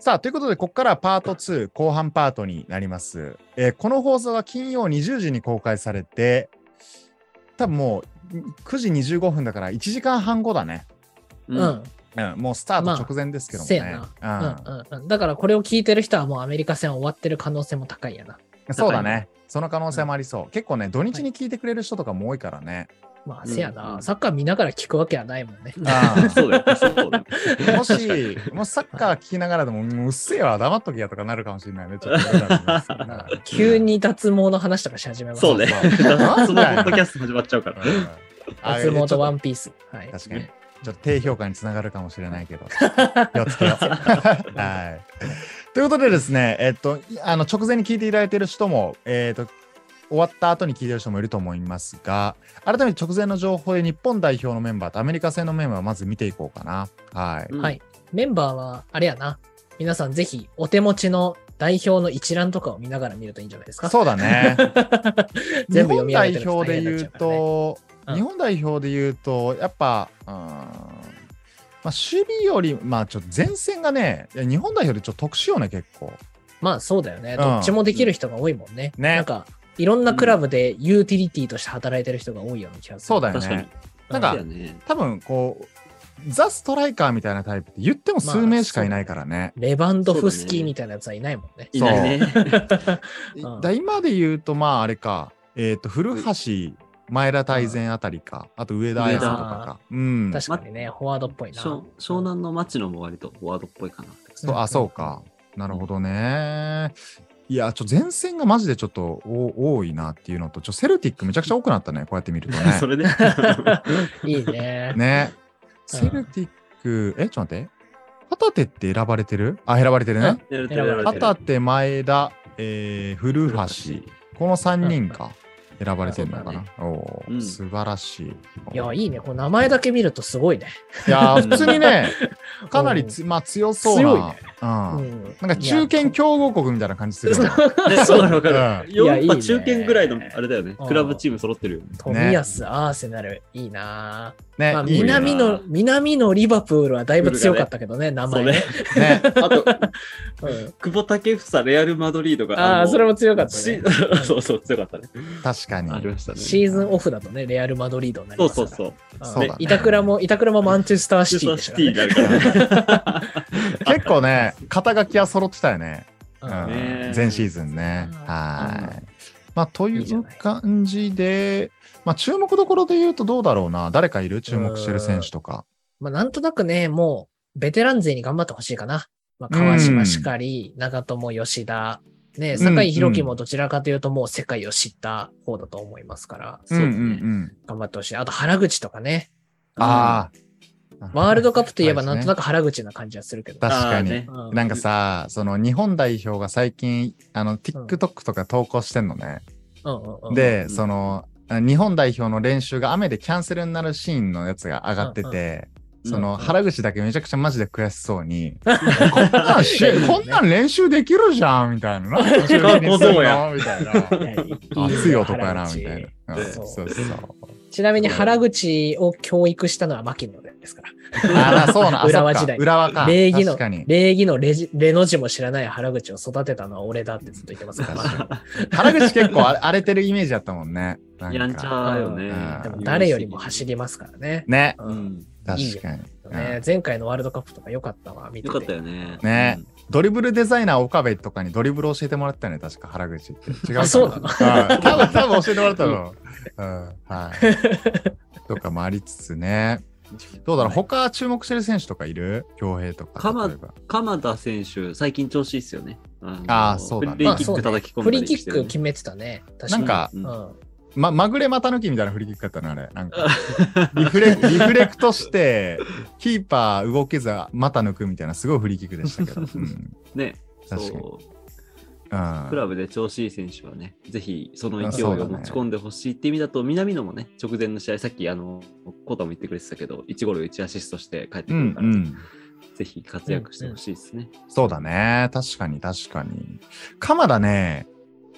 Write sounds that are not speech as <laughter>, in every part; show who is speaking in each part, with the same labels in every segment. Speaker 1: さあ、ということで、ここからはパート2、後半パートになります。えーこの放送は金曜20時に公開されて、多分もう9時25分だから1時間半後だね。
Speaker 2: うん。うん
Speaker 1: うん、もうスタート直前ですけどもね。
Speaker 2: まうんうん、だからこれを聞いてる人はもうアメリカ戦終わってる可能性も高いやな。
Speaker 1: うん、そうだね。その可能性もありそう。結構ね、土日に聞いてくれる人とかも多いからね。
Speaker 2: まあ、
Speaker 3: うん
Speaker 2: せやな、
Speaker 3: うん
Speaker 2: サッカー見ながら聞くわけはないもんね。
Speaker 1: <laughs> あ
Speaker 3: そうだよ。そうだよ。
Speaker 2: <laughs>
Speaker 1: もし、もしサッカー聞きながらでも、もううっせえわ、黙っとけやとかなるかもしれないね。ちょっと嫌だと思いますけどね
Speaker 2: <laughs> 急に脱毛の話とかし始めます。
Speaker 3: そうね。そのポッドキャスト始まっちゃうか
Speaker 1: うん
Speaker 3: ら。
Speaker 2: 脱毛とワ
Speaker 1: あ
Speaker 2: ンピース。はい。
Speaker 1: 確かに。ちょっと低評価につながるかもしれないけ
Speaker 2: <laughs>
Speaker 1: ど、気をつけよう。 <laughs> はい。ということでですね、えっと、いあの直前に聞いていただいている人も、えっと、終わった後に聞いている人もいると思いますが、改めて直前の情報で日本代表のメンバーとアメリカ戦のメンバーをまず見ていこうかな。はい。
Speaker 3: うん
Speaker 2: はい。メンバーは、あれやな。皆さんぜひお手持ちの代表の一覧とかを見ながら見るといいんじゃないですか。
Speaker 1: そうだね。日
Speaker 2: <laughs> 全部読
Speaker 1: 本
Speaker 2: み上
Speaker 1: 代
Speaker 2: げてる
Speaker 1: 表で言うと、
Speaker 2: うん
Speaker 1: 日本代表で言うと、やっぱ、うーんまあ、守備より、まあ、ちょっと前線がね、いや日本代表でちょっと特殊よね、結構。
Speaker 2: まあそうだよね。
Speaker 1: ん
Speaker 2: どっちもできる人が多いもんね。
Speaker 1: ね
Speaker 2: なんか、いろんなクラブでユーティリティとして働いてる人が多いような気がする。
Speaker 1: そうだよ
Speaker 3: 確かに
Speaker 1: ね。。なんか
Speaker 3: そうだよね
Speaker 1: 多分こう、ザ・ストライカーみたいなタイプって言っても数名しかいないからね。
Speaker 2: レバンドフスキーみたいなやつはいないもんね。
Speaker 3: いないね。
Speaker 2: うだねうん
Speaker 1: だ今で言うと、まあ、あれか、えっ、と、古橋、前田大然あたりか、あと上田綾さんとかか。うん。
Speaker 2: 確かにね、フォワードっぽいな。
Speaker 3: 湘湘南の町野も割とフォワードっぽいかな。
Speaker 1: そうあ、そうか。なるほどね。いや、ちょ、前線がマジでちょっとお多いなっていうのと、ちょ、セルティックめちゃくちゃ多くなったね、こうやって見ると
Speaker 2: <laughs>
Speaker 3: <laughs> そ
Speaker 1: ね。
Speaker 3: れで。
Speaker 2: い
Speaker 1: <laughs>
Speaker 2: いね。
Speaker 1: ね。セルティック、え、ちょっと待って。旗手って選ばれてるあ、選ばれてるね。
Speaker 3: やる
Speaker 2: 選ばれてる
Speaker 1: 旗手、前田、えー、古橋。この3人か。選ばれてるのかな。おー
Speaker 3: うん
Speaker 1: 素晴らしい。
Speaker 2: いや、いいね。これ名前だけ見るとすごいね。
Speaker 1: いやー、普通に
Speaker 3: <laughs>
Speaker 1: ね、かなりつ、まあ、強そう
Speaker 2: 強い
Speaker 1: な
Speaker 2: ね。
Speaker 1: う。
Speaker 2: うんん
Speaker 1: なんか中堅強豪国みたいな感じするよね。
Speaker 3: ねそうだよわかる。
Speaker 1: う
Speaker 3: ヨーロッ
Speaker 2: いやいい
Speaker 3: パ
Speaker 2: ね
Speaker 3: 中堅ぐらいのあれだよね
Speaker 2: うん。
Speaker 3: クラブチーム揃ってるよね。
Speaker 2: 富安、アーセナル、いいな。
Speaker 1: ね、
Speaker 2: まあ、
Speaker 1: いいよね
Speaker 2: 南の、南のリバプールはだいぶ強かったけどね、名
Speaker 3: そ
Speaker 2: 前
Speaker 3: れ
Speaker 2: ね。。
Speaker 1: ね。
Speaker 3: <laughs> あと、
Speaker 2: うん
Speaker 3: 久保建英、レアル・マドリードが。
Speaker 2: あ
Speaker 3: の
Speaker 2: あ、それも強かった
Speaker 3: し <laughs>
Speaker 2: ね。
Speaker 3: そうそう、強かったね。
Speaker 1: 確かに。
Speaker 3: ありましたね。
Speaker 2: シーズンオフだとね、レアル・マドリードになり
Speaker 3: そ
Speaker 2: ま
Speaker 3: う
Speaker 2: すか
Speaker 3: そう
Speaker 2: ら。
Speaker 3: そう。
Speaker 1: そうだね
Speaker 2: で板倉も、板倉もマンチェスター
Speaker 3: シ
Speaker 2: <laughs> シティ
Speaker 3: ー
Speaker 2: で
Speaker 3: シ
Speaker 2: した
Speaker 3: ティに
Speaker 2: ね。
Speaker 3: なるから
Speaker 1: 結構ね、肩書きは揃ってたよね。うん
Speaker 2: うん
Speaker 3: ね
Speaker 1: 前シーズンね。はーい。まあ、とい
Speaker 2: いいじゃ
Speaker 1: う
Speaker 2: ない
Speaker 1: 感じで、まあ、注目どころで言うとどうだろうな。誰かいる注目してる選手とか。
Speaker 2: まあ、なんとなくね、もう、ベテラン勢に頑張ってほしいかな。まあ、川島しかり、長友、吉田、ね、
Speaker 1: うん
Speaker 2: 酒井宏樹もどちらかというと、もう世界を知った方だと思いますから、
Speaker 3: そうだ
Speaker 1: ん
Speaker 3: ね
Speaker 1: うんうん。
Speaker 2: 頑張ってほしい。あと、原口とかね、
Speaker 1: ああ。
Speaker 2: ワールドカップといえばなんとな
Speaker 1: く。
Speaker 2: く原口な感じはするけど。
Speaker 1: 確か
Speaker 3: あー
Speaker 1: に
Speaker 3: ね。
Speaker 2: うん
Speaker 1: なんかさ、その日本代表が最近、あの、TikTok とか投稿してんのね。
Speaker 2: うんうんうん
Speaker 1: で、
Speaker 3: うん
Speaker 1: その、日本代表の練習が雨でキャンセルになるシーンのやつが上がってて、
Speaker 3: うん
Speaker 1: その
Speaker 2: うん
Speaker 1: 原口だけめちゃくちゃマジで悔しそうに、
Speaker 2: <laughs>
Speaker 1: こんなんし、こんなん練習できるじゃんみたいな。なん
Speaker 2: <laughs>
Speaker 1: で練習できんのみたい
Speaker 2: いや
Speaker 1: な。
Speaker 2: いいよ
Speaker 1: 熱い男やな、
Speaker 2: 原口
Speaker 1: みたいな。うん
Speaker 2: そ
Speaker 1: そううそう。
Speaker 2: ちなみに原口を教育したのは牧野ですから。
Speaker 1: あら、そうな、あ
Speaker 2: 浦和
Speaker 1: そっか
Speaker 2: 時代
Speaker 1: 浦和か。
Speaker 2: 礼儀の
Speaker 1: 確かに。
Speaker 2: 礼儀のレジレの字も知らない原口を育てたのは俺だってずっと言ってますから。
Speaker 1: 確 <laughs> 原口結構荒れてるイメージだったもんね。なんか
Speaker 3: やんちゃよね
Speaker 1: うん。
Speaker 2: でも誰よりも走りますからね。
Speaker 1: ね。
Speaker 3: う
Speaker 2: うん
Speaker 3: ん。
Speaker 2: いい
Speaker 1: 確
Speaker 2: よ
Speaker 1: かに。
Speaker 2: ね前回のワールドカップとか良かったわ、見て
Speaker 3: よ
Speaker 2: て。
Speaker 3: かったよね。
Speaker 1: ね
Speaker 3: うん。
Speaker 1: ドリブルデザイナー岡部とかにドリブル教えてもらったよね、確か原口って。違うかな
Speaker 2: あそうな
Speaker 1: う
Speaker 2: の
Speaker 1: ん多分、多分教えてもらったの。うん、
Speaker 3: <laughs>
Speaker 1: はい。とかもありつつね。どうだろう、他注目してる選手とかいる恭平とか。
Speaker 3: 鎌
Speaker 1: 例えば
Speaker 3: 鎌田選手、最近調子いいっすよね。あの
Speaker 1: あーそうだね
Speaker 3: フリーキック叩き込ん
Speaker 2: フ
Speaker 3: だ
Speaker 2: リー
Speaker 3: り
Speaker 2: キ
Speaker 3: し
Speaker 2: ッ
Speaker 3: て
Speaker 2: ク
Speaker 3: るね
Speaker 2: 決めてたね。確
Speaker 1: な
Speaker 2: かに。
Speaker 1: んか、
Speaker 3: うん
Speaker 2: うん
Speaker 1: ま、まぐれ股抜きみたいな振り切り方な、あれ。なん
Speaker 3: <laughs>
Speaker 1: か、リフレ、リフレクトして、キーパー動けず、股抜くみたいな、すごい振りキックでしたけど。うん。
Speaker 3: ね。
Speaker 1: 確かに
Speaker 3: そう。
Speaker 1: うん
Speaker 3: クラブで調子いい選手はね、ぜひその
Speaker 1: あ
Speaker 3: 勢い
Speaker 1: そ
Speaker 3: を
Speaker 1: うだね
Speaker 3: 持ち込んでほしいって意味だと、南野もね、直前の試合、さっき、あの、コータも言ってくれてたけど、1ゴール1アシストして帰って
Speaker 1: う
Speaker 3: くる
Speaker 1: ん、
Speaker 3: か
Speaker 1: う
Speaker 3: ら、
Speaker 1: ん。
Speaker 3: ぜひ活躍してほしいですね。
Speaker 1: そうだね。確かに、確かに。鎌田ね、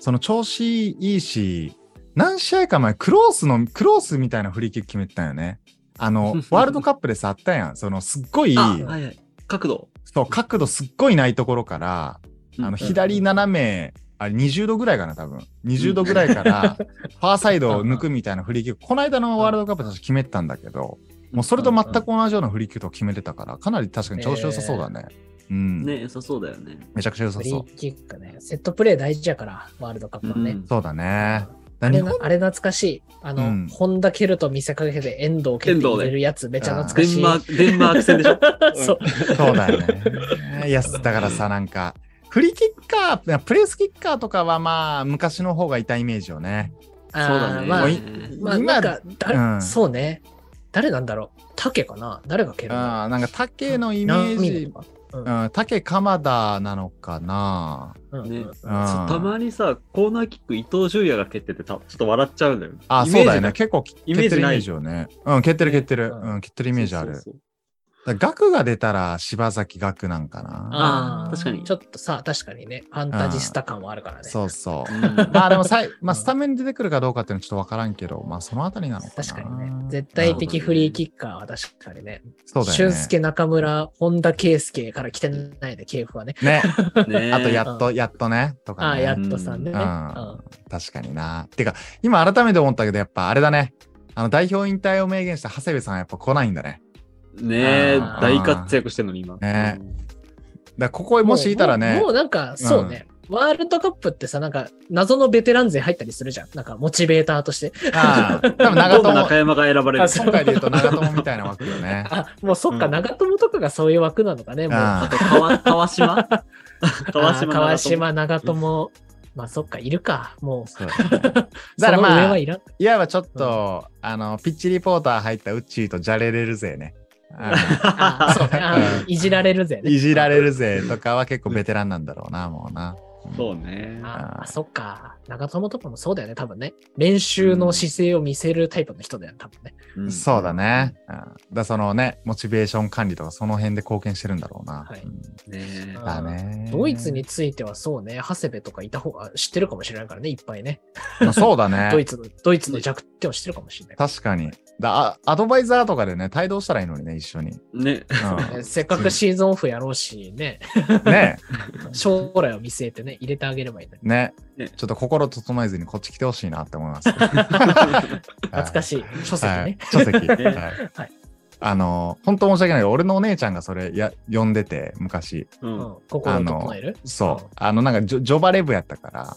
Speaker 1: その調子いいし、何試合か前、クロースの、クロースみたいなフリーキック決 <laughs> めてたよね。あの、ワールドカップでさ、あったやん。その、すっごい、
Speaker 3: あ、はいはい。角度。
Speaker 1: そう、角度すっごいないところから、あの、左斜め、あれ20度ぐらいかな、多分。20度ぐらいから、 <laughs> ファーサイドを抜くみたいなフリーキック、この間のワールドカップで私決めてたんだけど、もうそれと全く同じようなフリーキックを決めてたから、かなり確かに調子良さそうだね。うん、
Speaker 3: ね、良さそうだよね。
Speaker 1: めちゃくちゃ良さ
Speaker 2: フリ
Speaker 1: そ
Speaker 2: ーキックね。セットプレー大事やから、ワールドカップはね。
Speaker 3: うん
Speaker 1: う。そうだね。
Speaker 2: あ
Speaker 1: だ
Speaker 2: れ
Speaker 1: 日
Speaker 2: な
Speaker 1: 本
Speaker 2: あれ懐かしい。あの、
Speaker 1: うん
Speaker 2: 本田蹴ると見せかけて遠藤蹴って入れるやつめちゃ懐か
Speaker 3: デ
Speaker 2: し
Speaker 3: ン
Speaker 2: い。
Speaker 3: マーク、デンマーク戦でしょ
Speaker 2: <laughs> そう。
Speaker 1: そうだよね。いや、だからさ、なんか、フリーキッカー、プレースキッカーとかはまあ、昔の方がいたイメージよね。
Speaker 2: あ
Speaker 3: そ
Speaker 2: ー
Speaker 3: うだね。
Speaker 2: まあ
Speaker 1: もう、
Speaker 2: まあ、
Speaker 1: 今
Speaker 2: なんか、誰、
Speaker 1: うん
Speaker 2: そうね。誰なんだろう。竹かな誰が蹴るの
Speaker 1: あーなんか、竹のイメ
Speaker 2: ナミ
Speaker 1: ージ
Speaker 2: と、か
Speaker 1: うん、竹鎌田なのかな。
Speaker 2: うんうん
Speaker 3: ね
Speaker 2: うん
Speaker 1: うん、
Speaker 3: そうたまにさ、コーナーキック伊藤純也が蹴っててた、ちょっと笑っちゃうんだよ。
Speaker 1: あ、
Speaker 3: イ
Speaker 1: そ
Speaker 3: メー
Speaker 1: う
Speaker 3: ジ
Speaker 1: だよね。
Speaker 3: が
Speaker 1: 結構、蹴って
Speaker 3: イメー
Speaker 1: る
Speaker 3: ジ
Speaker 1: イメ
Speaker 3: ない
Speaker 1: ージよね。うん、蹴ってる蹴ってる。
Speaker 2: うん
Speaker 1: うん、蹴ってるイメージある。
Speaker 3: そうそう
Speaker 1: だから額が出たら、柴崎額なんかな。
Speaker 2: あ
Speaker 3: あ
Speaker 2: あ、
Speaker 3: ー確かに
Speaker 2: ちょっとさ、確かにね、ファンタジスタ感はあるからね。
Speaker 1: そうそ
Speaker 3: そう
Speaker 1: う。
Speaker 3: うん
Speaker 1: まあでもさい、まあ、
Speaker 2: うん
Speaker 1: スタメンで出てくるかどうかっていうのはちょっとわからんけど、まあそのあたりなのかな。
Speaker 2: 確かにね。絶対的フリーキッカーは確かにね。
Speaker 1: そうだよ
Speaker 2: 俊
Speaker 1: ね。
Speaker 2: 介、中村、本田圭佑から来てないで、系譜はね。
Speaker 1: ね。
Speaker 3: ね
Speaker 1: <laughs> あと、やっと、やっとね。と
Speaker 2: あ
Speaker 1: か
Speaker 2: あ、
Speaker 1: ね。
Speaker 2: やっとさんでね。
Speaker 1: う
Speaker 2: うんん
Speaker 1: 確かにな。てか、今改めて思ったけど、やっぱあれだね。あの代表引退を明言した長谷部さんはやっぱ来ないんだね。
Speaker 3: ねえ、
Speaker 2: あー
Speaker 3: 大活躍してるのに今。
Speaker 1: ねだからここへもしいたら
Speaker 2: もう
Speaker 1: ね
Speaker 2: もう、なんか、そうね。ワールドカップってさ、なんか、謎のベテラン勢入ったりするじゃん。なんか、モチベーターとして。
Speaker 1: ああ、多分長
Speaker 3: 今
Speaker 1: 友、
Speaker 3: 度中山が選ばれる
Speaker 2: あ。そう
Speaker 1: 今回で言うと長友みたいな枠よ
Speaker 2: <laughs>
Speaker 1: ね。
Speaker 2: あ、もうそっか、
Speaker 3: うん
Speaker 2: 長友とかがそういう枠なのかね、もう。
Speaker 1: あ
Speaker 3: あと川川島 <laughs> 川
Speaker 2: あー
Speaker 3: 島
Speaker 2: 川
Speaker 3: 長
Speaker 2: 島、長友。まあ、そっか、いるか。もう、
Speaker 1: そうだから
Speaker 2: その上
Speaker 1: まあ
Speaker 2: は、いらん。
Speaker 1: いわばちょっと、あの、ピッチリポーター入ったウッチーとじゃれれるぜね。あ
Speaker 2: あーそうねあーいじられるぜ
Speaker 1: の
Speaker 2: ね。
Speaker 1: <laughs> いじられるぜとかは結構ベテランなんだろうな、もうな。
Speaker 3: 友 <laughs> そうね。
Speaker 2: ああ、そっか。長友とかもそうだよね、多分ね。練習の姿勢を見せるタイプの人だよね、多分ね。
Speaker 3: うん
Speaker 1: そうだ。ね。うん、だからそのね、モチベーション管理とかその辺で貢献してるんだろうな。
Speaker 2: はい
Speaker 1: うん
Speaker 3: ね
Speaker 2: あ
Speaker 1: だね。
Speaker 2: ドイツについてはそうね、長谷部とかいた方が知ってるかもしれないからね、いっぱいね。
Speaker 1: まあそうだ
Speaker 2: <laughs> ドイ
Speaker 1: ね。
Speaker 2: ツの、ドイツの弱点を知ってるかもしれない。
Speaker 1: 確かに。だあアドバイザーとかでね、帯同したらいいのにね、一緒に。
Speaker 3: ね。
Speaker 1: う
Speaker 2: <laughs> ねせっかくシーズンオフやろうしね、
Speaker 1: ん、ね
Speaker 2: 将来を見据えてね、入れてあげればいいのに。
Speaker 1: ね
Speaker 3: ね
Speaker 1: ちょっと心整えずにこっち来てほしいなって思います。
Speaker 2: <laughs> 懐かしい。書籍ね。
Speaker 1: はい、書籍。
Speaker 2: <laughs>
Speaker 1: は
Speaker 3: ね
Speaker 1: い
Speaker 2: はい
Speaker 1: あの、本当申し訳ないけど、俺のお姉ちゃんがそれや呼んでて、昔。
Speaker 3: う。
Speaker 2: うんん、心を整える。
Speaker 1: そう
Speaker 2: うん。
Speaker 1: あの、なんかジョ、ジョバレブやったから、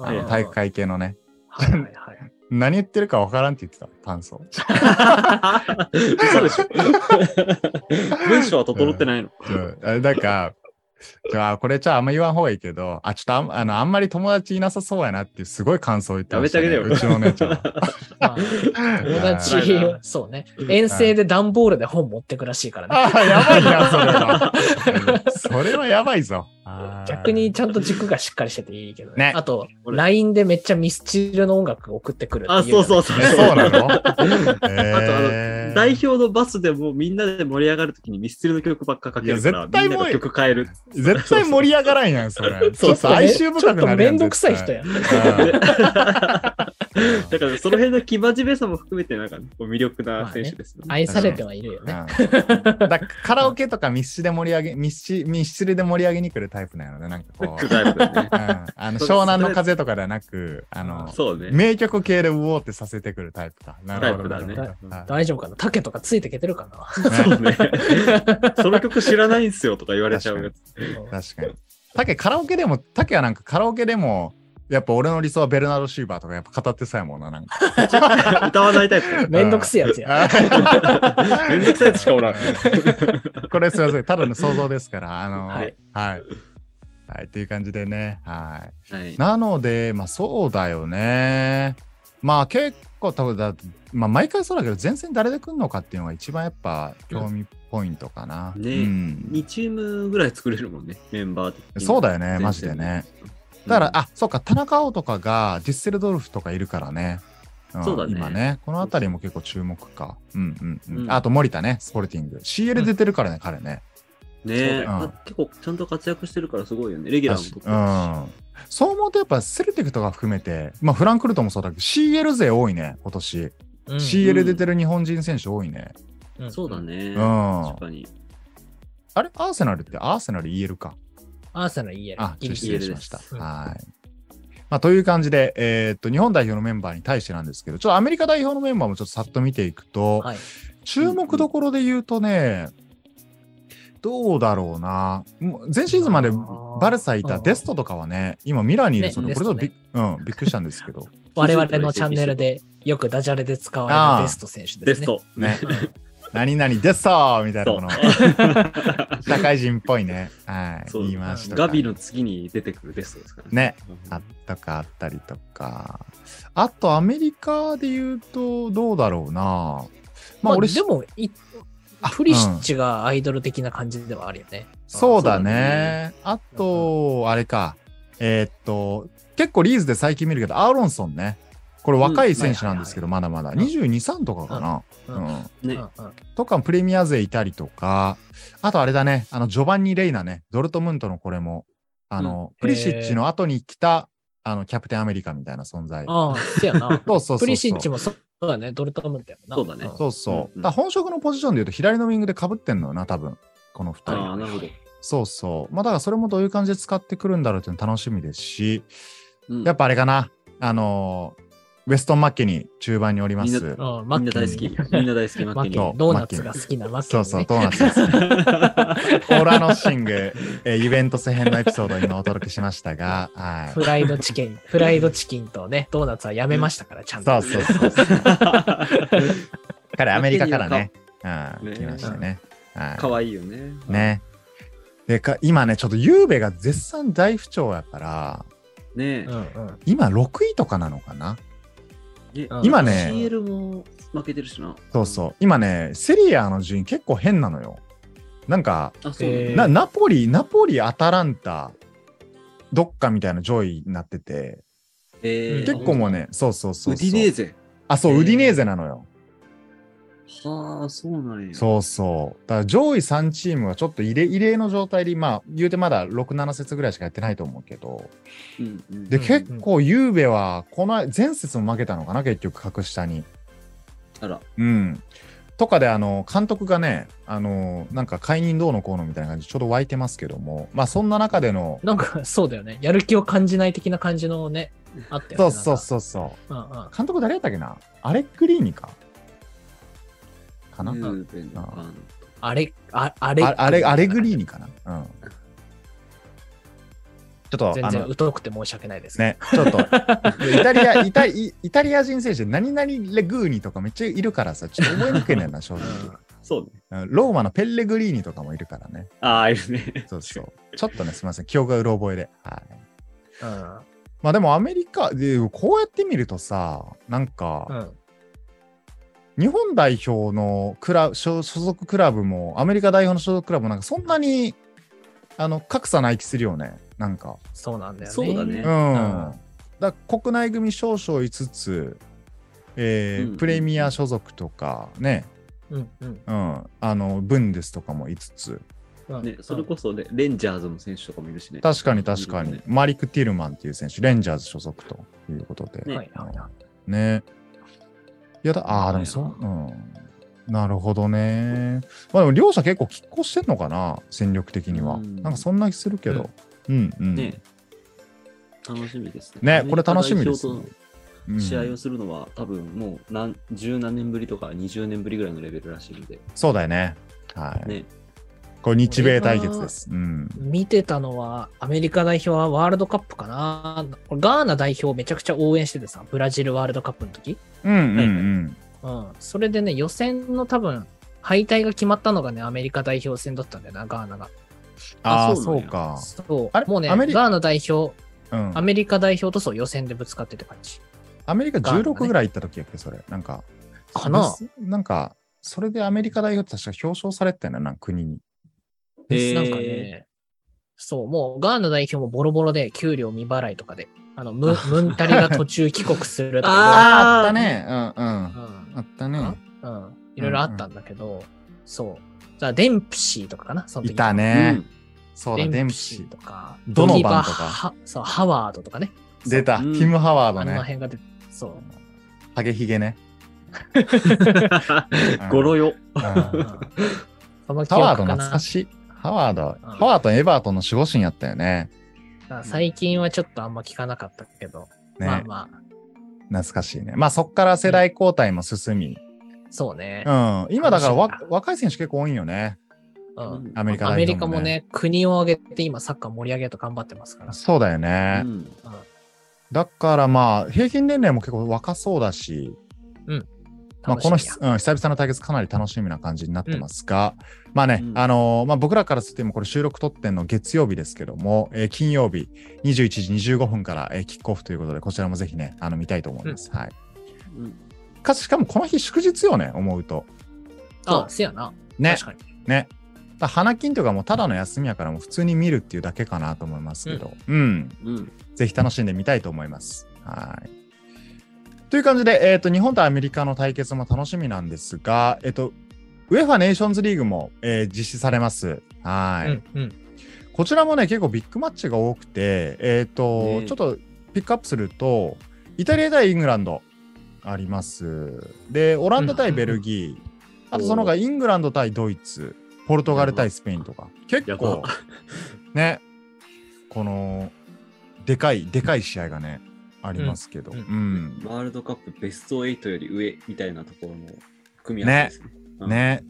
Speaker 1: あ
Speaker 3: はい
Speaker 1: の体育。会系のね、
Speaker 2: はいはいはい。
Speaker 1: 何言ってるかわからんって言ってた、感想。
Speaker 3: 嘘でしょ <laughs> 文章は整ってないの。
Speaker 1: うんあなんか、じゃあ、これじゃああんま言わん方がいいけど、あ、ちょっとあんあのあんまり友達いなさそうやなっていうすごい感想を言ってました、ね。
Speaker 3: やめて
Speaker 1: うちのお姉ちゃんは。 <laughs>
Speaker 2: まあ友達
Speaker 3: 辛いな、
Speaker 2: そうね。遠征で段ボールで本持ってくらしいからね。
Speaker 1: ああ、やばいな、それは。それはやばいぞ。あー
Speaker 2: 逆に。ちゃんと軸がしっかりしてていいけどね。
Speaker 1: ね
Speaker 2: あと、
Speaker 3: 俺
Speaker 2: LINE でめっちゃミスチルの音楽送ってくるって
Speaker 3: <laughs>
Speaker 2: い。
Speaker 3: あ、そうそううそう。
Speaker 1: え、そうな
Speaker 2: <laughs>
Speaker 1: のえ
Speaker 3: あと、
Speaker 1: ー
Speaker 3: 代表のバスでもみんなで盛り上がるときにミスチルの曲ばっかかけるから、
Speaker 1: いや絶対
Speaker 3: みんなが曲変える。
Speaker 1: 絶対盛り上がらんやん、それ。ち
Speaker 2: そ
Speaker 1: ょ
Speaker 2: う
Speaker 1: っと哀愁
Speaker 2: ち
Speaker 1: 深
Speaker 2: ょっ
Speaker 1: くな
Speaker 2: と
Speaker 1: るや
Speaker 2: め
Speaker 1: ん。
Speaker 2: んどくさい人
Speaker 1: <laughs>
Speaker 2: や。
Speaker 1: うん。
Speaker 2: <laughs>
Speaker 3: だから、その辺の生真面目さも含めて、なんか、こう魅力な選手ですよね。
Speaker 2: 愛されてはいる
Speaker 3: <laughs>
Speaker 2: よね。
Speaker 1: うんだカラオケとか密室で盛り上げ、密室、密室で盛り上げに来るタイプなので、なんか
Speaker 3: <laughs>
Speaker 1: こう、
Speaker 3: 曲変えるよね
Speaker 1: うん、あの湘南の風とかではなく、あの、
Speaker 3: そうね。
Speaker 1: 名曲系でうおーってさせてくるタイプか。なるほど。
Speaker 3: タイプだね
Speaker 1: なるほどはい
Speaker 2: 大丈夫かな竹とかついてけてるかな
Speaker 3: そうね。その曲知らないんすよとか言われちゃうやつ。
Speaker 1: <laughs> 確かに。タケ、カラオケでも、タケはなんかカラオケでも、やっぱ俺の理想はベルナード・シーバーとかやっぱ語ってさえもんな、なんか。
Speaker 3: 歌わないタイプ。
Speaker 2: めんどくせえや
Speaker 3: <laughs>
Speaker 2: つや。
Speaker 3: めんどくさいやつしかおらん。
Speaker 1: <laughs>
Speaker 3: <laughs>
Speaker 1: これすいません、ただの想像ですから、あの、は
Speaker 2: はいい。
Speaker 1: はい。っていう感じでね、はい。
Speaker 3: はい。
Speaker 1: なので、まあそうだよね。まあ結構多分だ、まあ毎回そうだけど、前線誰で来るのかっていうのが一番やっぱ興味ポイントかな。う
Speaker 3: ね
Speaker 1: ん、
Speaker 3: 2チームぐらい作れるもんね、メンバー的に
Speaker 1: そうだよねマジでね。だから、あ、そうか、田中碧とかが、ディッセルドルフとかいるからね。ん
Speaker 3: そうだね
Speaker 1: 今ね、このあたりも結構注目か。うんうん、うん、
Speaker 3: うん
Speaker 1: あと森田ね、スポルティング。CL 出てるからね、彼ね。
Speaker 3: ね
Speaker 2: そうだ
Speaker 3: え、
Speaker 1: よ
Speaker 3: あ結構ちゃんと活躍してるからすごいよね。レギュラーも取ってるし
Speaker 1: うん。そう思うとやっぱセルティックとか含めて、まあフランクルトもそうだけど、CL 勢多いね、今年。
Speaker 2: うん
Speaker 1: CL 出てる日本人選手多いね。
Speaker 2: うん
Speaker 3: そうだね。
Speaker 1: うん
Speaker 3: 確かに。
Speaker 1: あれアーセナルってアーセナル言えるか。
Speaker 2: アーサナル EL
Speaker 1: あ、。
Speaker 2: イギリス
Speaker 1: 失礼しまし
Speaker 2: です
Speaker 1: た。
Speaker 2: うん
Speaker 1: はい。まあ、という感じで、えーっと、日本代表のメンバーに対してなんですけど、ちょっとアメリカ代表のメンバーもちょっとさっと見ていくと、
Speaker 2: はい。
Speaker 1: 注目どころで言うとね、どうだろうな。もう前シーズンまでバルサい
Speaker 2: あ
Speaker 1: た
Speaker 2: ー
Speaker 1: デストとかはね、今ミラーにいるそうで、
Speaker 2: ね
Speaker 1: これちょっとび,、うん、びっくりしたんですけ
Speaker 2: <laughs>
Speaker 1: ど、
Speaker 2: 我々のチャンネルでよくダジャレで使われるベスト選手で
Speaker 3: デス
Speaker 2: すね。
Speaker 3: ト。 <laughs>
Speaker 1: ね。何々デストみたいな
Speaker 3: そう
Speaker 1: この社会人っぽいね。はい。
Speaker 3: そう
Speaker 1: 言い回しとか。
Speaker 3: ガビの次に出てくるデストですからね。
Speaker 1: ね。
Speaker 3: うん
Speaker 1: あったかあったりとか。あとアメリカで言うとどうだろうな。ま
Speaker 2: ま
Speaker 1: あ
Speaker 2: あ、
Speaker 1: 俺、
Speaker 2: でも、い
Speaker 1: あ
Speaker 2: プリシッチがアイドル的な感じではあるよね。
Speaker 1: そうだ
Speaker 3: そうだ
Speaker 1: ね
Speaker 3: ね。
Speaker 1: あと、あれか。えーっと、結構リーズで最近見るけど、アーロンソンね。これ若い選手なんですけど、まだまだ。
Speaker 2: うん
Speaker 1: 22、3とかかな。
Speaker 2: うん
Speaker 1: うん。
Speaker 2: うん
Speaker 3: ね
Speaker 2: うん。
Speaker 1: とか、プレミア勢いたりとか、あとあれだね、あの、ジョバンニ・レイナね、ドルトムントのこれも、あの、プリシッチの後に来た、あの、キャプテンアメリカみたいな存在。
Speaker 2: ああ、せやな。
Speaker 1: <laughs> そうそうそうそう。
Speaker 2: プリシッチもそうだね、ドルトムントやもん
Speaker 3: そ
Speaker 2: な。
Speaker 3: うだね
Speaker 2: ん
Speaker 1: そうそう。
Speaker 3: うん
Speaker 1: だから本職のポジションで言うと、左のウィングで被ってんのよな、多分この2人。
Speaker 3: ああ、なるほど。
Speaker 1: そうそう。まあだからそれもどういう感じで使ってくるんだろうっていうの楽しみですし、
Speaker 3: うん
Speaker 1: やっぱあれかな、あのーウェストン・マッケニー中盤におりま
Speaker 3: み
Speaker 1: す。
Speaker 3: ん
Speaker 1: そ
Speaker 2: うん、マ
Speaker 3: みん
Speaker 2: ッ
Speaker 3: な
Speaker 2: キ
Speaker 3: 大好き。みんな大好き、マ
Speaker 2: マ
Speaker 3: ッ
Speaker 2: ッ
Speaker 3: ケ
Speaker 2: キ
Speaker 3: ニ
Speaker 1: そ
Speaker 2: ー
Speaker 1: う
Speaker 2: ドーナツが好きなマッキー、ね。
Speaker 1: うそう、ドーナツです。オーラのシング、えーイベントス編のエピソードを今お届けしましたが、はい。
Speaker 2: <laughs> フライドチキン、フライドチキンとね、ドーナツはやめましたから、ちゃんと。
Speaker 1: そうそうそう。
Speaker 3: <laughs> ー。
Speaker 1: 彼、アメリカからね、う
Speaker 3: ニーはか
Speaker 1: ん、来ましたね。はい
Speaker 3: かわいいよね。
Speaker 1: ね。でか今ね、ちょっとゆうべが絶賛大不調やから、
Speaker 3: ね
Speaker 2: うんうん
Speaker 1: 今6位とかなのかな
Speaker 3: え
Speaker 2: うん
Speaker 1: 今ね
Speaker 3: CL も負けてるしな。
Speaker 1: そうそう。今ね、セリアの順位結構変なのよ。なんか、
Speaker 3: う。あ、そうなんだ
Speaker 2: えー
Speaker 1: なナポリ、ナポリ、アタランタ、どっかみたいな上位になってて、
Speaker 3: えー
Speaker 1: 結構もうね、そうそう
Speaker 3: ウ
Speaker 1: そう
Speaker 3: デ
Speaker 1: そう。
Speaker 3: ィネーゼ。
Speaker 1: あ、そう、
Speaker 2: えー
Speaker 1: ウディネーゼなのよ。
Speaker 3: はあ、そうなんや。
Speaker 1: そうそう。だから上位3チームはちょっと異例異例の状態で、まあ、言うてまだ6、7節ぐらいしかやってないと思うけど、
Speaker 3: うんうん。
Speaker 1: で、
Speaker 2: うん
Speaker 1: 結構、ゆうべは、この前節も負けたのかな、結局、格下に。
Speaker 3: あら。
Speaker 1: うん。とかで、あの、監督がね、あの、なんか解任どうのこうのみたいな感じ、ちょうど湧いてますけども、まあ、そんな中での、
Speaker 2: なんか、そうだよね。やる気を感じない的な感じのね、あった
Speaker 1: そ
Speaker 2: よ
Speaker 1: う
Speaker 2: ね。
Speaker 1: そうそうそう。
Speaker 2: う。うんうん。
Speaker 1: 監督誰やったっけなアレック・リーニかかな、
Speaker 3: ヌーベのファン
Speaker 2: あれ、ああれ、
Speaker 1: ああれアレグリーニかなうん。ちょっと、
Speaker 2: 全
Speaker 1: あの
Speaker 2: 然、疎くて申し訳ないです。
Speaker 1: ね、ちょっと、イタリ <laughs> ア、イタイイタリア人選手、何々レグーニとかめっちゃいるからさ、ちょっと覚えにくいねんな、正直。うん
Speaker 3: そうね。
Speaker 1: ローマのペレグリーニとかもいるからね。
Speaker 3: ああ、いるね。
Speaker 1: そう
Speaker 3: <laughs>
Speaker 1: そう。ちょっとね、すみません、記憶がうろ覚えで。はい。
Speaker 2: うん。
Speaker 1: まあでもアメリカで、こうやって見るとさ、なんか、
Speaker 2: うん。
Speaker 1: 日本代表のクラブ所所属クラブもアメリカ代表の所属クラブもなんかそんなにあの格差ない気するよねなんか
Speaker 2: そうなんだよね。
Speaker 3: そうだね
Speaker 1: う、
Speaker 3: うんん
Speaker 1: だから国内組少々いつつ、えー
Speaker 3: うん
Speaker 1: プレミア所属とかね、
Speaker 2: うんうん
Speaker 1: うん、あのブンデスとかもいつつ
Speaker 2: うん。
Speaker 3: ね、それこそね、レンジャーズの選手とかもいるしね。
Speaker 1: 確かに確かに、
Speaker 3: ね
Speaker 1: マリック・ティルマンっていう選手レンジャーズ所属ということで
Speaker 2: うん
Speaker 3: ね
Speaker 2: はいはいはい
Speaker 1: ね。いやだ、ああ、でもそう、うん。なるほどね。まあでも両者結構拮抗してんのかな、戦力的には。
Speaker 3: うん
Speaker 1: なんかそんな気するけど。うんうん。
Speaker 3: ね。楽しみです
Speaker 1: ね
Speaker 3: ね。
Speaker 1: これ楽しみですね
Speaker 3: アメリカ代表
Speaker 1: うん
Speaker 3: と試合をするのは、多分もう何十何年ぶりとか20年ぶりぐらいのレベルらしいので、
Speaker 1: そうだよね。はい。
Speaker 3: ね、
Speaker 1: これ日米対決です。うん。
Speaker 2: 見てたのは、アメリカ代表はワールドカップかな。これガーナ代表をめちゃくちゃ応援しててさ、ブラジルワールドカップの時。
Speaker 1: うんうんうん。
Speaker 2: うん。それでね、予選の多分、敗退が決まったのがね、アメリカ代表戦だったんだよな、ガーナが。
Speaker 1: ああ、
Speaker 3: あ
Speaker 1: そ
Speaker 3: そううなんや
Speaker 1: か。
Speaker 2: そう。
Speaker 1: あれ
Speaker 2: もうね、
Speaker 1: ア
Speaker 2: ガ
Speaker 1: メリ
Speaker 2: ーナ代表、
Speaker 1: うん
Speaker 2: アメリカ代表とそう予選でぶつかってって感じ。
Speaker 1: アメリカ
Speaker 2: ガーナ
Speaker 1: 16
Speaker 2: ね
Speaker 1: ぐらい行った時やっけ、それ。なんか。
Speaker 2: かな
Speaker 1: なんか、それでアメリカ代表って確か表彰されてたよな、なんか国に。
Speaker 3: えー
Speaker 2: なんかね、そう、もうガーナ代表もボロボロで、給料未払いとかで、あの、ムムンタリが途中帰国するとか、
Speaker 1: あ
Speaker 3: あー
Speaker 1: ったね。うんうん。 <laughs> あった
Speaker 2: うん、
Speaker 1: ね。
Speaker 2: うん、うん、いろいろあったんだけど、そう。じゃあ、デンプシーとかかな、その時
Speaker 1: いた
Speaker 3: う
Speaker 1: ね。
Speaker 3: ん
Speaker 1: そうだ、
Speaker 2: デ
Speaker 1: デ
Speaker 2: ン
Speaker 1: ン
Speaker 2: プ
Speaker 1: プ
Speaker 2: シ
Speaker 1: シ
Speaker 2: ー
Speaker 1: ー
Speaker 2: とか、
Speaker 1: ドノバンとか
Speaker 2: ドギバハそう、ハワードとかね。
Speaker 1: 出た、
Speaker 3: うん
Speaker 1: ティム・ハワー
Speaker 2: あ
Speaker 1: ド
Speaker 2: の
Speaker 1: ね。
Speaker 2: 辺が出て、そう。
Speaker 1: ハゲヒゲね。うん
Speaker 3: ゴロよ。
Speaker 1: うん <laughs>
Speaker 2: <laughs> うんその記
Speaker 1: ハワード懐
Speaker 2: 憶か
Speaker 1: か
Speaker 2: な。
Speaker 1: しい。ハワード、
Speaker 2: ん
Speaker 1: ハワード、エバートンの守護神やったよね。
Speaker 2: あ最近はちょっとあんま聞かなかったけど、
Speaker 1: ね、
Speaker 2: まあまあ、
Speaker 1: 懐かしいね。まあそっから世代交代も進み、
Speaker 2: そうね
Speaker 1: う。ん、今だからわ
Speaker 2: 楽しみ
Speaker 1: 若い選手結構多いんよね。
Speaker 2: うん
Speaker 1: アメリカ
Speaker 2: ア
Speaker 1: 代
Speaker 2: メ
Speaker 1: 表
Speaker 2: リカも。ね、国を挙げて今サッカー盛り上げようと頑張ってますから。
Speaker 1: そうだよね。
Speaker 3: うん
Speaker 1: だからまあ平均年齢も結構若そうだし、まあ、この
Speaker 2: 楽
Speaker 1: ひ
Speaker 2: しみや
Speaker 1: うん、久々の対決かなり楽しみな感じになってますが、まあね、
Speaker 3: うん
Speaker 1: あのーまあ、僕らからすると今これ収録撮ってんの月曜日ですけども、えー金曜日21時25分から、えーキックオフということでこちらもぜひねあの見たいと思います、はい
Speaker 3: うん
Speaker 1: かしかもこの日祝日よね思うと
Speaker 2: あ、せやな。
Speaker 1: ね
Speaker 2: 確かに。
Speaker 1: ねだ花金というかもうただの休みやからもう普通に見るっていうだけかなと思いますけどうん
Speaker 3: うん
Speaker 1: ぜひ楽しんでみたいと思います。はい。という感じで、えっ、と、日本とアメリカの対決も楽しみなんですが、えっ、と、ウェファネーションズリーグも、えー実施されます。はい、
Speaker 2: うんうん。
Speaker 1: こちらもね、結構ビッグマッチが多くて、えっ、と、
Speaker 3: ね
Speaker 1: ちょっとピックアップすると、イタリア対イングランドあります。で、オランダ対ベルギー、あとその他イングランド対ドイツ、ポルトガル対スペインとか、結
Speaker 3: や
Speaker 1: 構
Speaker 3: ば、
Speaker 1: ね、この、でかい、でかい試合がね、ありますけど、う
Speaker 2: うんん
Speaker 3: ワールドカップベスト8より上みたいなところの組み合わせですね。うん、
Speaker 1: ね、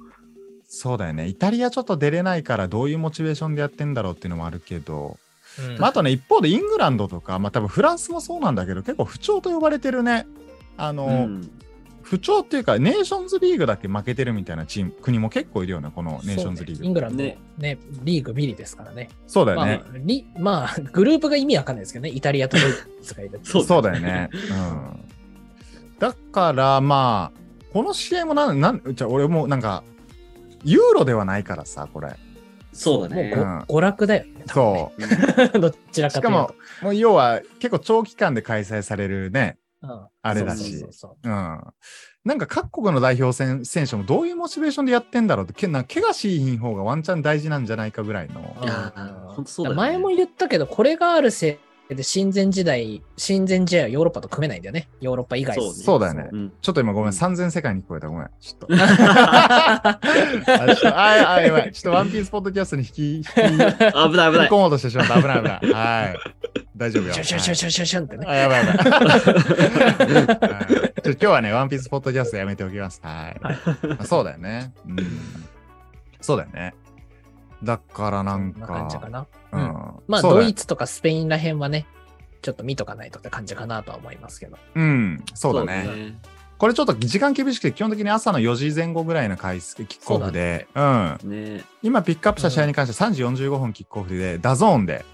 Speaker 1: そうだよね、イタリアちょっと出れないから、どういうモチベーションでやってんだろうっていうのもあるけど、
Speaker 2: うん
Speaker 1: まあ、あとね、一方でイングランドとか、まあ多分フランスもそうなんだけど、結構不調と呼ばれてるね、あの、
Speaker 3: うん
Speaker 1: 不調っていうか、ネーションズリーグだけ負けてるみたいなチーム、国も結構いるよね、このネーションズリー
Speaker 2: そう
Speaker 1: グ。
Speaker 2: ねイングランド、
Speaker 3: ね
Speaker 2: ねリーグビリですからね。
Speaker 1: そうだ
Speaker 2: ま
Speaker 1: よ
Speaker 2: あ
Speaker 1: ね。
Speaker 2: リまあ、グループが意味わかんないですけどね、イタリアとドイツがい
Speaker 1: <laughs>
Speaker 2: る
Speaker 3: そう
Speaker 1: そうだよね。うん、だからまあこの試合もなんなんじゃあ俺もなんかユーロではないからさこれ
Speaker 3: そうだ
Speaker 2: もう
Speaker 3: ね <laughs>
Speaker 2: ご、。娯楽だよね。多分ね
Speaker 1: そ
Speaker 2: どちら
Speaker 1: うし
Speaker 2: か
Speaker 1: か
Speaker 2: という
Speaker 1: ももう要は結構長期間で開催されるね
Speaker 2: と。うん
Speaker 1: あれだし
Speaker 2: そうそうそう
Speaker 1: うんなんか各国の代表選選手もどういうモチベーションでやってんだろうってけなんか怪我しい方がワンチャン大事なんじゃないかぐらいの
Speaker 2: そう
Speaker 3: いや
Speaker 2: う
Speaker 3: ー
Speaker 2: ん
Speaker 3: ほんとそうだよね
Speaker 2: 前も言ったけど、これがあるせいで、親善時代、親善試合はヨーロッパと組めないんだよね。ヨーロッパ以外。
Speaker 3: そうね
Speaker 1: そうだよね
Speaker 3: うん
Speaker 1: ちょっと今ごめ
Speaker 3: うん
Speaker 1: ん3000世界に聞こえたごめんちょ
Speaker 2: <laughs>
Speaker 1: っと
Speaker 2: あ
Speaker 1: あちょっとああやばいちょっとワンピースポッドキャストに引き引き引
Speaker 3: 危ない危な
Speaker 1: き
Speaker 3: い
Speaker 1: 込。もうとしてしまった危ない危ないはい大丈夫よ
Speaker 2: シュンシュンシュンシュンシュンシュンってね。
Speaker 1: あ、やばいやばいはい。ちょ今日はね、ワンピースポッドキャストやめておきます。はい。まあそうだよね。うん。そうだよね。だからなん
Speaker 2: こんな感じか
Speaker 1: か、
Speaker 2: な。
Speaker 1: う
Speaker 2: うん
Speaker 1: ん。
Speaker 2: まあ、
Speaker 1: そうだ
Speaker 2: ド
Speaker 1: よ
Speaker 2: イツとかスペインらへんはね、ちょっと見とかないとって感じかなとは思いますけど。
Speaker 1: うん。そうだね。。これちょっと時間厳しくて、基本的に朝の4時前後ぐらいの回数、キックオフで、うん。
Speaker 3: ね
Speaker 1: 今ピックアップした試合に関しては3時45分キックオフで、ダゾーンで、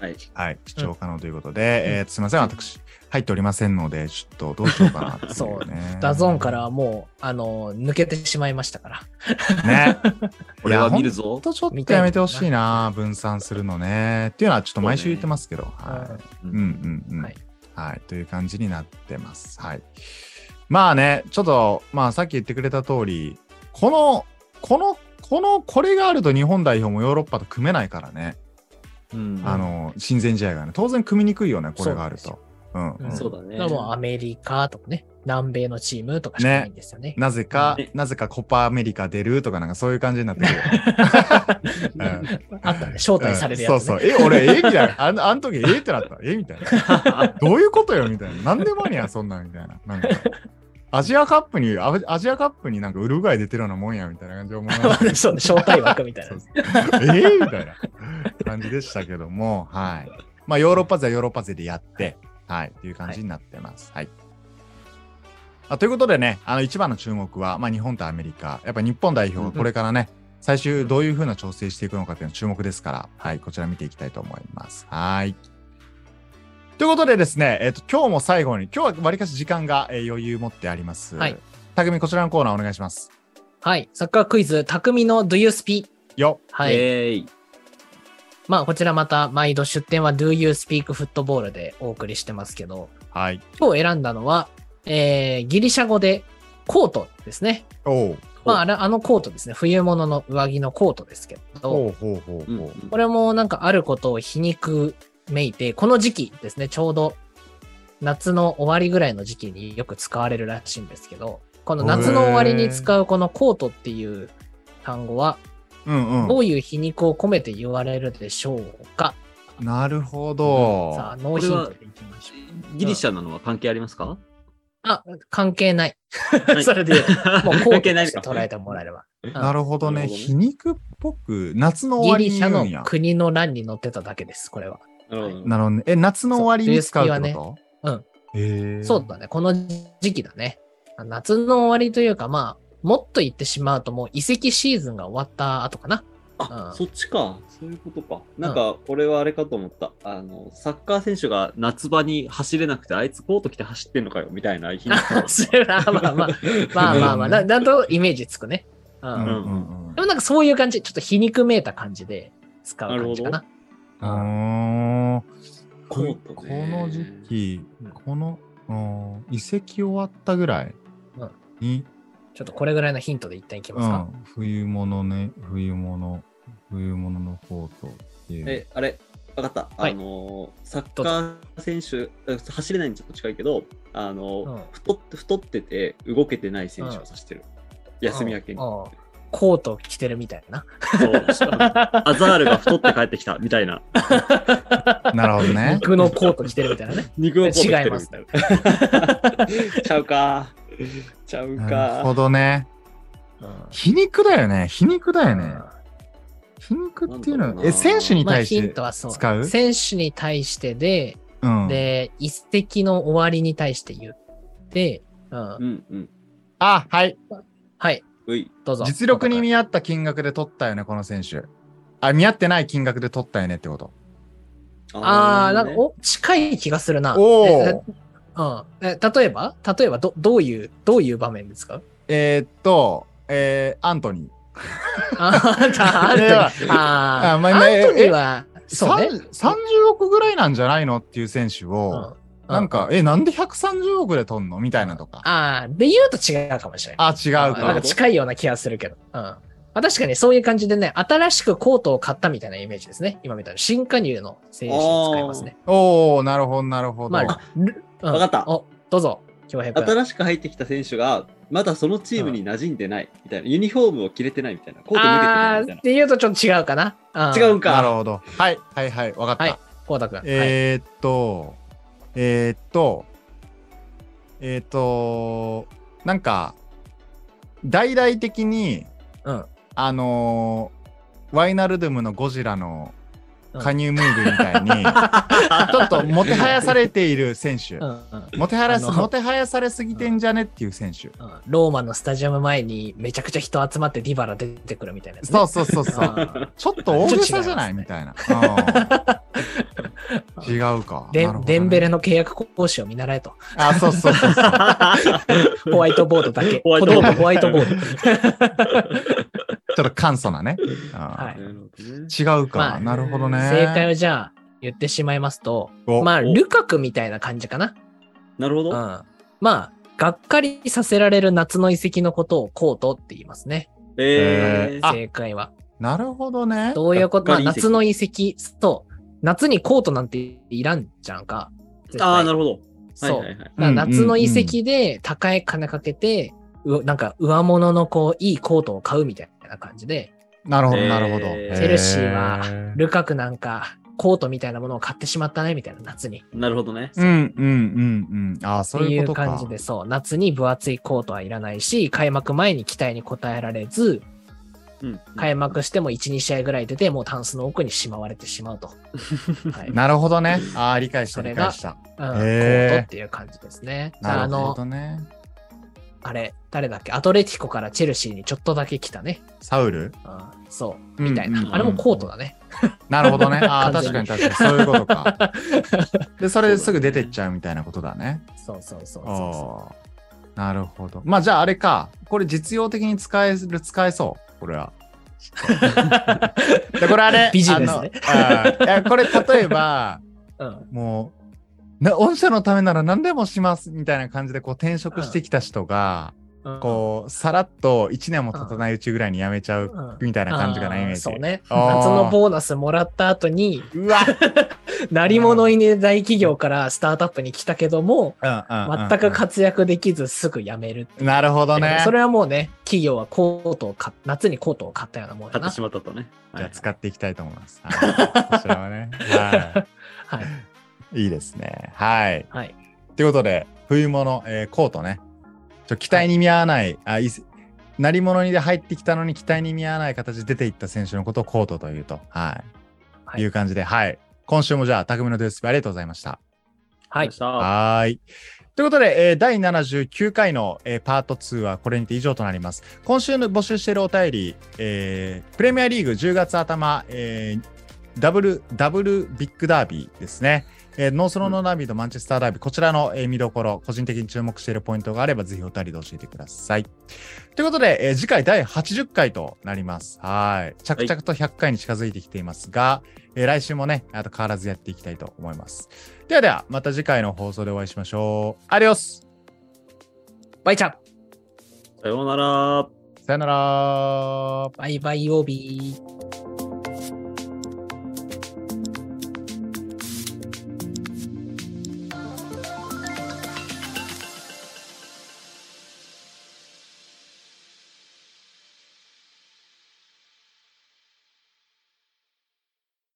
Speaker 3: はい。
Speaker 1: はい、視聴可能ということで、えーすいません、私、入っておりませんので、ちょっとどうしようかなっていね
Speaker 2: そうダゾーンからはもう、あの、抜けてしまいましたから。
Speaker 1: ね。
Speaker 3: 俺
Speaker 1: いや
Speaker 3: は見るぞ
Speaker 1: ほん。とちょっとやめてほしいな、分散するのね。っていうのはちょっと毎週言ってますけど。は
Speaker 3: う
Speaker 1: い。うんんうんうん。は
Speaker 2: はいい。
Speaker 1: という感じになってます。はい。まあね、ちょっと、まあさっき言ってくれた通り、この、この、この、これがあると日本代表もヨーロッパと組めないからね。
Speaker 3: うん
Speaker 1: あの、親善試合がね。当然組みにくいよね、これがあると。うん。
Speaker 2: うん
Speaker 3: そうだね。
Speaker 2: だからもうアメリカとかね、南米のチームとかしかないんですよね。
Speaker 1: なぜか
Speaker 3: ね、
Speaker 1: なぜかコパアメリカ出るとかなんかそういう感じになってくるよね。うん
Speaker 2: あったね、招待されるやつ、ね
Speaker 1: そうそう。え、俺、えみたいな。あのあの時、えってなった。えみたいな。
Speaker 2: <laughs>
Speaker 1: どういうことよみたいな。なんでもありやん、そんなん、みたいな。なんか、アジアカップに、アアジアカップになんかウルグアイ出てるようなもんや、みたいな感じで思いながら
Speaker 2: そうね招待枠みたいな
Speaker 1: そう。 <laughs> そうえみたいな感じでしたけども、はい。まあ、ヨーロッパ勢はヨーロッパ勢でやって、はい、という感じになってます。はい。あということでね、あの一番の注目は、まあ、日本とアメリカ、やっぱ日本代表がこれからね、最終どういうふうな調整していくのかというのが注目ですから、はい、こちら見ていきたいと思います。はい。ということでですね、えっ、と、今日も最後に、今日はわりかし時間が、えー余裕持ってあります。
Speaker 2: はい。
Speaker 1: 匠、こちらのコーナーお願いします。
Speaker 2: はい、サッカークイズ、匠の Do You Speak。
Speaker 1: よっ。
Speaker 2: はい。
Speaker 3: えい。
Speaker 2: まあ、こちらまた毎度出店は Do You Speak Football でお送りしてますけど、
Speaker 1: はい。
Speaker 2: 今日選んだのは、えー、ギリシャ語でコートですね。
Speaker 1: おう。
Speaker 2: まあ、あれあのコートですね。冬物の上着のコートですけど、
Speaker 1: ほうほうほう
Speaker 3: うん
Speaker 1: ほう。
Speaker 2: これもなんかあることを皮肉めいて、この時期ですね、ちょうど夏の終わりぐらいの時期によく使われるらしいんですけど、この夏の終わりに使うこのコートっていう単語は、
Speaker 1: うんう
Speaker 2: どういう皮肉を込めて言われるでしょうか、
Speaker 1: ん。なるほど。
Speaker 2: さあ、ノーヒントでいきましょう。
Speaker 3: ギリシャなのは関係ありますか
Speaker 2: あ、関係ない。
Speaker 3: はい
Speaker 2: <laughs> それで、もうこ
Speaker 3: 関
Speaker 2: うと
Speaker 3: 係ない
Speaker 2: し
Speaker 3: の
Speaker 2: て
Speaker 3: か
Speaker 2: 捉えてもらえれば。
Speaker 1: なるほど
Speaker 3: な
Speaker 1: ね。
Speaker 3: るほどね
Speaker 1: 皮肉っぽく、夏の終
Speaker 2: ギ
Speaker 1: わ
Speaker 2: リ
Speaker 1: りに
Speaker 2: シ
Speaker 1: 言
Speaker 2: ャ
Speaker 1: う
Speaker 2: の
Speaker 1: んや。
Speaker 2: 国の欄に載ってただけです、これは。
Speaker 3: なるほど
Speaker 1: なるほどね。え、夏の終わりに使うってこと
Speaker 2: そう冬
Speaker 1: うん。へえ。
Speaker 2: そうだね、この時期だね。夏の終わりというか、まあ、もっと言ってしまうと、もう移籍シーズンが終わった後かな。 <laughs>
Speaker 3: あ
Speaker 2: うん
Speaker 3: そっちか。そういうことか。なんか、俺はあれかと思った。あの、サッカー選手が夏場に走れなくて、あいつコート着て走ってんのかよ、みたいな日に。
Speaker 2: それはまあまあ、 <laughs> まあまあまあ、ななんとイメージつくね。うん。
Speaker 1: うんう
Speaker 3: うん
Speaker 1: んうん。
Speaker 2: でもなんかそういう感じ、ちょっと皮肉めいた感じで使う感じかな。
Speaker 1: うーん
Speaker 3: <laughs> コート
Speaker 1: こ
Speaker 3: ね
Speaker 1: の時期
Speaker 2: うん、
Speaker 1: この、うん移籍終わったぐらい
Speaker 2: うん
Speaker 1: に、
Speaker 2: ちょっとこれぐらいのヒントで一旦いきま
Speaker 1: う
Speaker 2: すか。
Speaker 1: ん、冬物ね、冬物、冬物のコートっていう。
Speaker 3: え、あれ、わかった。
Speaker 2: はい
Speaker 3: あの、サッカー選手、あ走れないにちょっと近いけど、あの、
Speaker 2: うん
Speaker 3: 太って、太ってて、動けてない選手を指してる。休み明けに。
Speaker 2: うん
Speaker 3: そ
Speaker 2: うんコートを着てるみたいな。
Speaker 3: うアザールが太って帰ってきた、みたいな。
Speaker 1: なるほど
Speaker 2: <laughs>
Speaker 1: ね。
Speaker 2: 僕のコート着てるみたいな
Speaker 3: <laughs>
Speaker 2: ね。
Speaker 3: 肉をコート着てる
Speaker 2: 違います
Speaker 3: みたいな <laughs> ちゃうか。ちゃ
Speaker 1: な
Speaker 3: う
Speaker 1: るほ
Speaker 3: か。
Speaker 1: どね。
Speaker 2: うん
Speaker 1: 皮肉だよね。皮肉だよね。皮肉っていう
Speaker 3: なん
Speaker 1: のは、
Speaker 3: だろうな
Speaker 1: え、選手に
Speaker 2: まあ
Speaker 1: 対
Speaker 2: ヒ
Speaker 1: し
Speaker 2: ン
Speaker 1: て
Speaker 2: トはそう。
Speaker 1: 使う
Speaker 2: 選手に対してで、
Speaker 1: うん。
Speaker 2: で、一石の終わりに対して言って、うん
Speaker 3: うんうん。
Speaker 1: あ、はい。
Speaker 2: はい、
Speaker 3: うい。
Speaker 2: どうぞ。
Speaker 1: 実力に見合った金額で取ったよね、この選手。あ、見合ってない金額で取ったよねってこと。
Speaker 2: ああ、
Speaker 3: ー
Speaker 2: なんか、お、近い気がするな。
Speaker 1: お
Speaker 2: え
Speaker 1: ー
Speaker 2: えうん。え、例えば例えば、ど、どういう、どういう場面ですか <laughs>
Speaker 1: えーっと、えー、アントニー。
Speaker 2: あー、
Speaker 1: <laughs>
Speaker 2: アントニ
Speaker 1: い
Speaker 2: ー。
Speaker 1: や
Speaker 2: あ
Speaker 1: あ
Speaker 2: ー
Speaker 1: まあ
Speaker 2: アントニ
Speaker 1: え
Speaker 2: ーは、そうね。
Speaker 1: 三30億ぐらいなんじゃないのっていう選手
Speaker 2: う
Speaker 1: を、
Speaker 2: ん
Speaker 1: なん、か、え、なんで130億で取んのみたいなとか。
Speaker 2: ああ、で言うと違うかもしれな
Speaker 1: あ、
Speaker 2: い。
Speaker 1: 違う
Speaker 2: うんな
Speaker 1: か
Speaker 2: んか。近いような気がするけど。うん。まあ、確かにそういう感じでね、新しくコートを買ったみたいなイメージですね。今みたいな新加入の選手に使いますね。
Speaker 1: おおなるほど、なるほど。
Speaker 2: まあ、ルうん
Speaker 3: わかった
Speaker 2: お、どうぞ、京平君。
Speaker 3: 新しく入ってきた選手が、まだそのチームに馴染んでない、みたいな、ユニフォームを着れてないみたいな、コート脱げてな
Speaker 2: あ
Speaker 3: い
Speaker 2: あ
Speaker 3: みた
Speaker 2: ー、
Speaker 3: い
Speaker 2: って言うとちょっと違うかな。
Speaker 3: な。違
Speaker 2: うん。
Speaker 3: う
Speaker 1: なる
Speaker 3: んか。
Speaker 1: ほど。はい、はい、はい、わかった。
Speaker 2: はいコータ君。はい
Speaker 1: えーっと、えーっと、えーっと、なんか、大々的に、
Speaker 2: うん
Speaker 1: あのーワイナルドゥムのゴジラの加入ムーブみたいに、
Speaker 2: <laughs>
Speaker 1: ちょっともてはやされている選手。
Speaker 2: うんうん
Speaker 1: もてはやす
Speaker 2: あの
Speaker 1: もてはやされすぎてんじゃねっていう選手。
Speaker 2: うんローマのスタジアム前にめちゃくちゃ人集まってディバラ出てくるみたいなやつね、
Speaker 1: そうそうそうそう。
Speaker 2: あ
Speaker 1: ちょっと大げさじゃないみたいな。うん
Speaker 2: <laughs>
Speaker 1: 違うか。
Speaker 2: ーで
Speaker 1: なるほどね
Speaker 2: デンベレの契約講師を見習えと。
Speaker 1: あ、そうそうそうそう。
Speaker 2: ホワイトボードだけ。
Speaker 3: ホワイトボード
Speaker 2: ホワイト
Speaker 1: <laughs>
Speaker 2: ボー
Speaker 1: ち
Speaker 2: ド。
Speaker 1: ょっと簡素なね。うん
Speaker 2: はい
Speaker 3: なるほどね
Speaker 1: 違うか、
Speaker 2: まあ
Speaker 1: なるほどね。
Speaker 2: 正解をじゃあ言ってしまいますと、
Speaker 1: お
Speaker 2: まあ、
Speaker 3: お
Speaker 2: ルカクみたいな感じかな。
Speaker 3: <laughs> なるほ
Speaker 2: うん。
Speaker 3: ど。
Speaker 2: まあ、がっかりさせられる夏の遺跡のことをコートって言いますね。
Speaker 1: えーあ
Speaker 2: 正解は。
Speaker 1: なるほどね。
Speaker 2: <laughs> どういうこと
Speaker 3: が
Speaker 2: ま
Speaker 3: っかり遺跡
Speaker 2: あ、夏の遺跡と、夏にコートなんていらんじゃんか。絶対
Speaker 3: ああ、なるほど。はい
Speaker 2: そう。
Speaker 3: はいはい。
Speaker 2: だから夏の遺跡で高い金かけて、うなんか上物のこう、いいコートを買うみたいな感じで、
Speaker 1: なるほど、
Speaker 3: えー
Speaker 1: なるほど。
Speaker 3: チェ
Speaker 2: ルシーは
Speaker 1: へ
Speaker 2: ルカクなんかコートみたいなものを買ってしまったねみたいな夏に。
Speaker 3: なるほどね。
Speaker 1: ー。うんうんうんうん。ああ、
Speaker 2: そ
Speaker 1: そう
Speaker 2: う
Speaker 1: い
Speaker 2: いう
Speaker 1: こ
Speaker 2: う
Speaker 1: とか。
Speaker 2: 感じで、そう、夏に分厚いコートはいらないし、開幕前に期待に応えられず、
Speaker 3: うん。
Speaker 2: 開幕しても1、2試合ぐらい出て、もうタンスの奥にしまわれてしまうと。はい
Speaker 1: なるほどね。ああ、理解した、
Speaker 2: そ
Speaker 1: 理
Speaker 2: れが
Speaker 1: 解した。
Speaker 2: うん、コ
Speaker 1: へー
Speaker 2: ートっていう感じですね。
Speaker 1: な
Speaker 2: あ
Speaker 1: るほ
Speaker 2: の、
Speaker 1: どね。
Speaker 2: あれ、誰だっけ、アトレティコからチェルシーにちょっとだけ来たね。
Speaker 1: サウル
Speaker 2: うん、そう、みたいな。
Speaker 1: うんうんうん
Speaker 2: あれもコートだね。
Speaker 1: なるほどね。ああ、
Speaker 2: 完
Speaker 1: 確か
Speaker 2: 全
Speaker 1: に
Speaker 2: に
Speaker 1: 確かに。そういうことか。
Speaker 2: <laughs>
Speaker 1: で、それですぐ出てっちゃうみたいなことだね。
Speaker 2: そうそうそうそう
Speaker 1: あ
Speaker 2: そ。
Speaker 1: あー。なるほど。まあ、じゃああれか。これ実用的に使える、使えそう。これは。で、これあれ
Speaker 2: ビジネスね
Speaker 1: あの。あーいやこれ例えば、 <laughs>
Speaker 2: う。うん、
Speaker 1: もう、な御社のためなら何でもしますみたいな感じでこう転職してきた人が、
Speaker 2: うん
Speaker 1: こう、さらっと1年も経たないうちぐらいに辞めちゃう
Speaker 2: うん
Speaker 1: みたいな感じかな、イメー
Speaker 2: あー
Speaker 1: ジ。
Speaker 2: そうね。
Speaker 1: あー
Speaker 2: 夏のボーナスもらった後に、
Speaker 1: うわ
Speaker 2: なり物入りで大企業からスタートアップに来たけども、全く活躍できずすぐ辞めるっていう。
Speaker 1: なるほどね。
Speaker 2: それはもうね、企業はコートを買っ夏にコートを買ったようなもんだ
Speaker 3: 買っ
Speaker 2: な
Speaker 3: てし。まったとね。
Speaker 1: じゃあ
Speaker 3: はい
Speaker 1: 使っていきたいと思います。はいこちらはね。は
Speaker 2: はい。
Speaker 1: い。いいですね。はい。
Speaker 2: はい。
Speaker 1: ということで、冬物、えーコートね。ちょ期待に見合わない、あいす鳴り物にで入ってきたのに期待に見合わない形で出ていった選手のことをコートというと、はい。、
Speaker 2: はいいう
Speaker 1: 感じで、はい。今週もじゃあ、匠のデュースピありがとうございました。
Speaker 2: はい。
Speaker 3: さあ
Speaker 1: はーい。ということで、えー第79回の、えーパート2はこれにて以上となります。今週の募集しているお便り、えープレミアリーグ10月頭、えーダブル、ダブルビッグダービーですね。えーノースロンドンダービーとマンチェスターダービー、こちらの、えー見どころ、個人的に注目しているポイントがあれば、ぜひお便りで教えてください。ということで、えー次回第80回となります。はい。着々と100回に近づいてきていますが、えー来週もね、あと変わらずやっていきたいと思います。ではでは、また次回の放送でお会いしましょう。アディオス
Speaker 2: バイちゃん。
Speaker 3: さようなら。
Speaker 1: さよなら
Speaker 2: バイバイ曜日。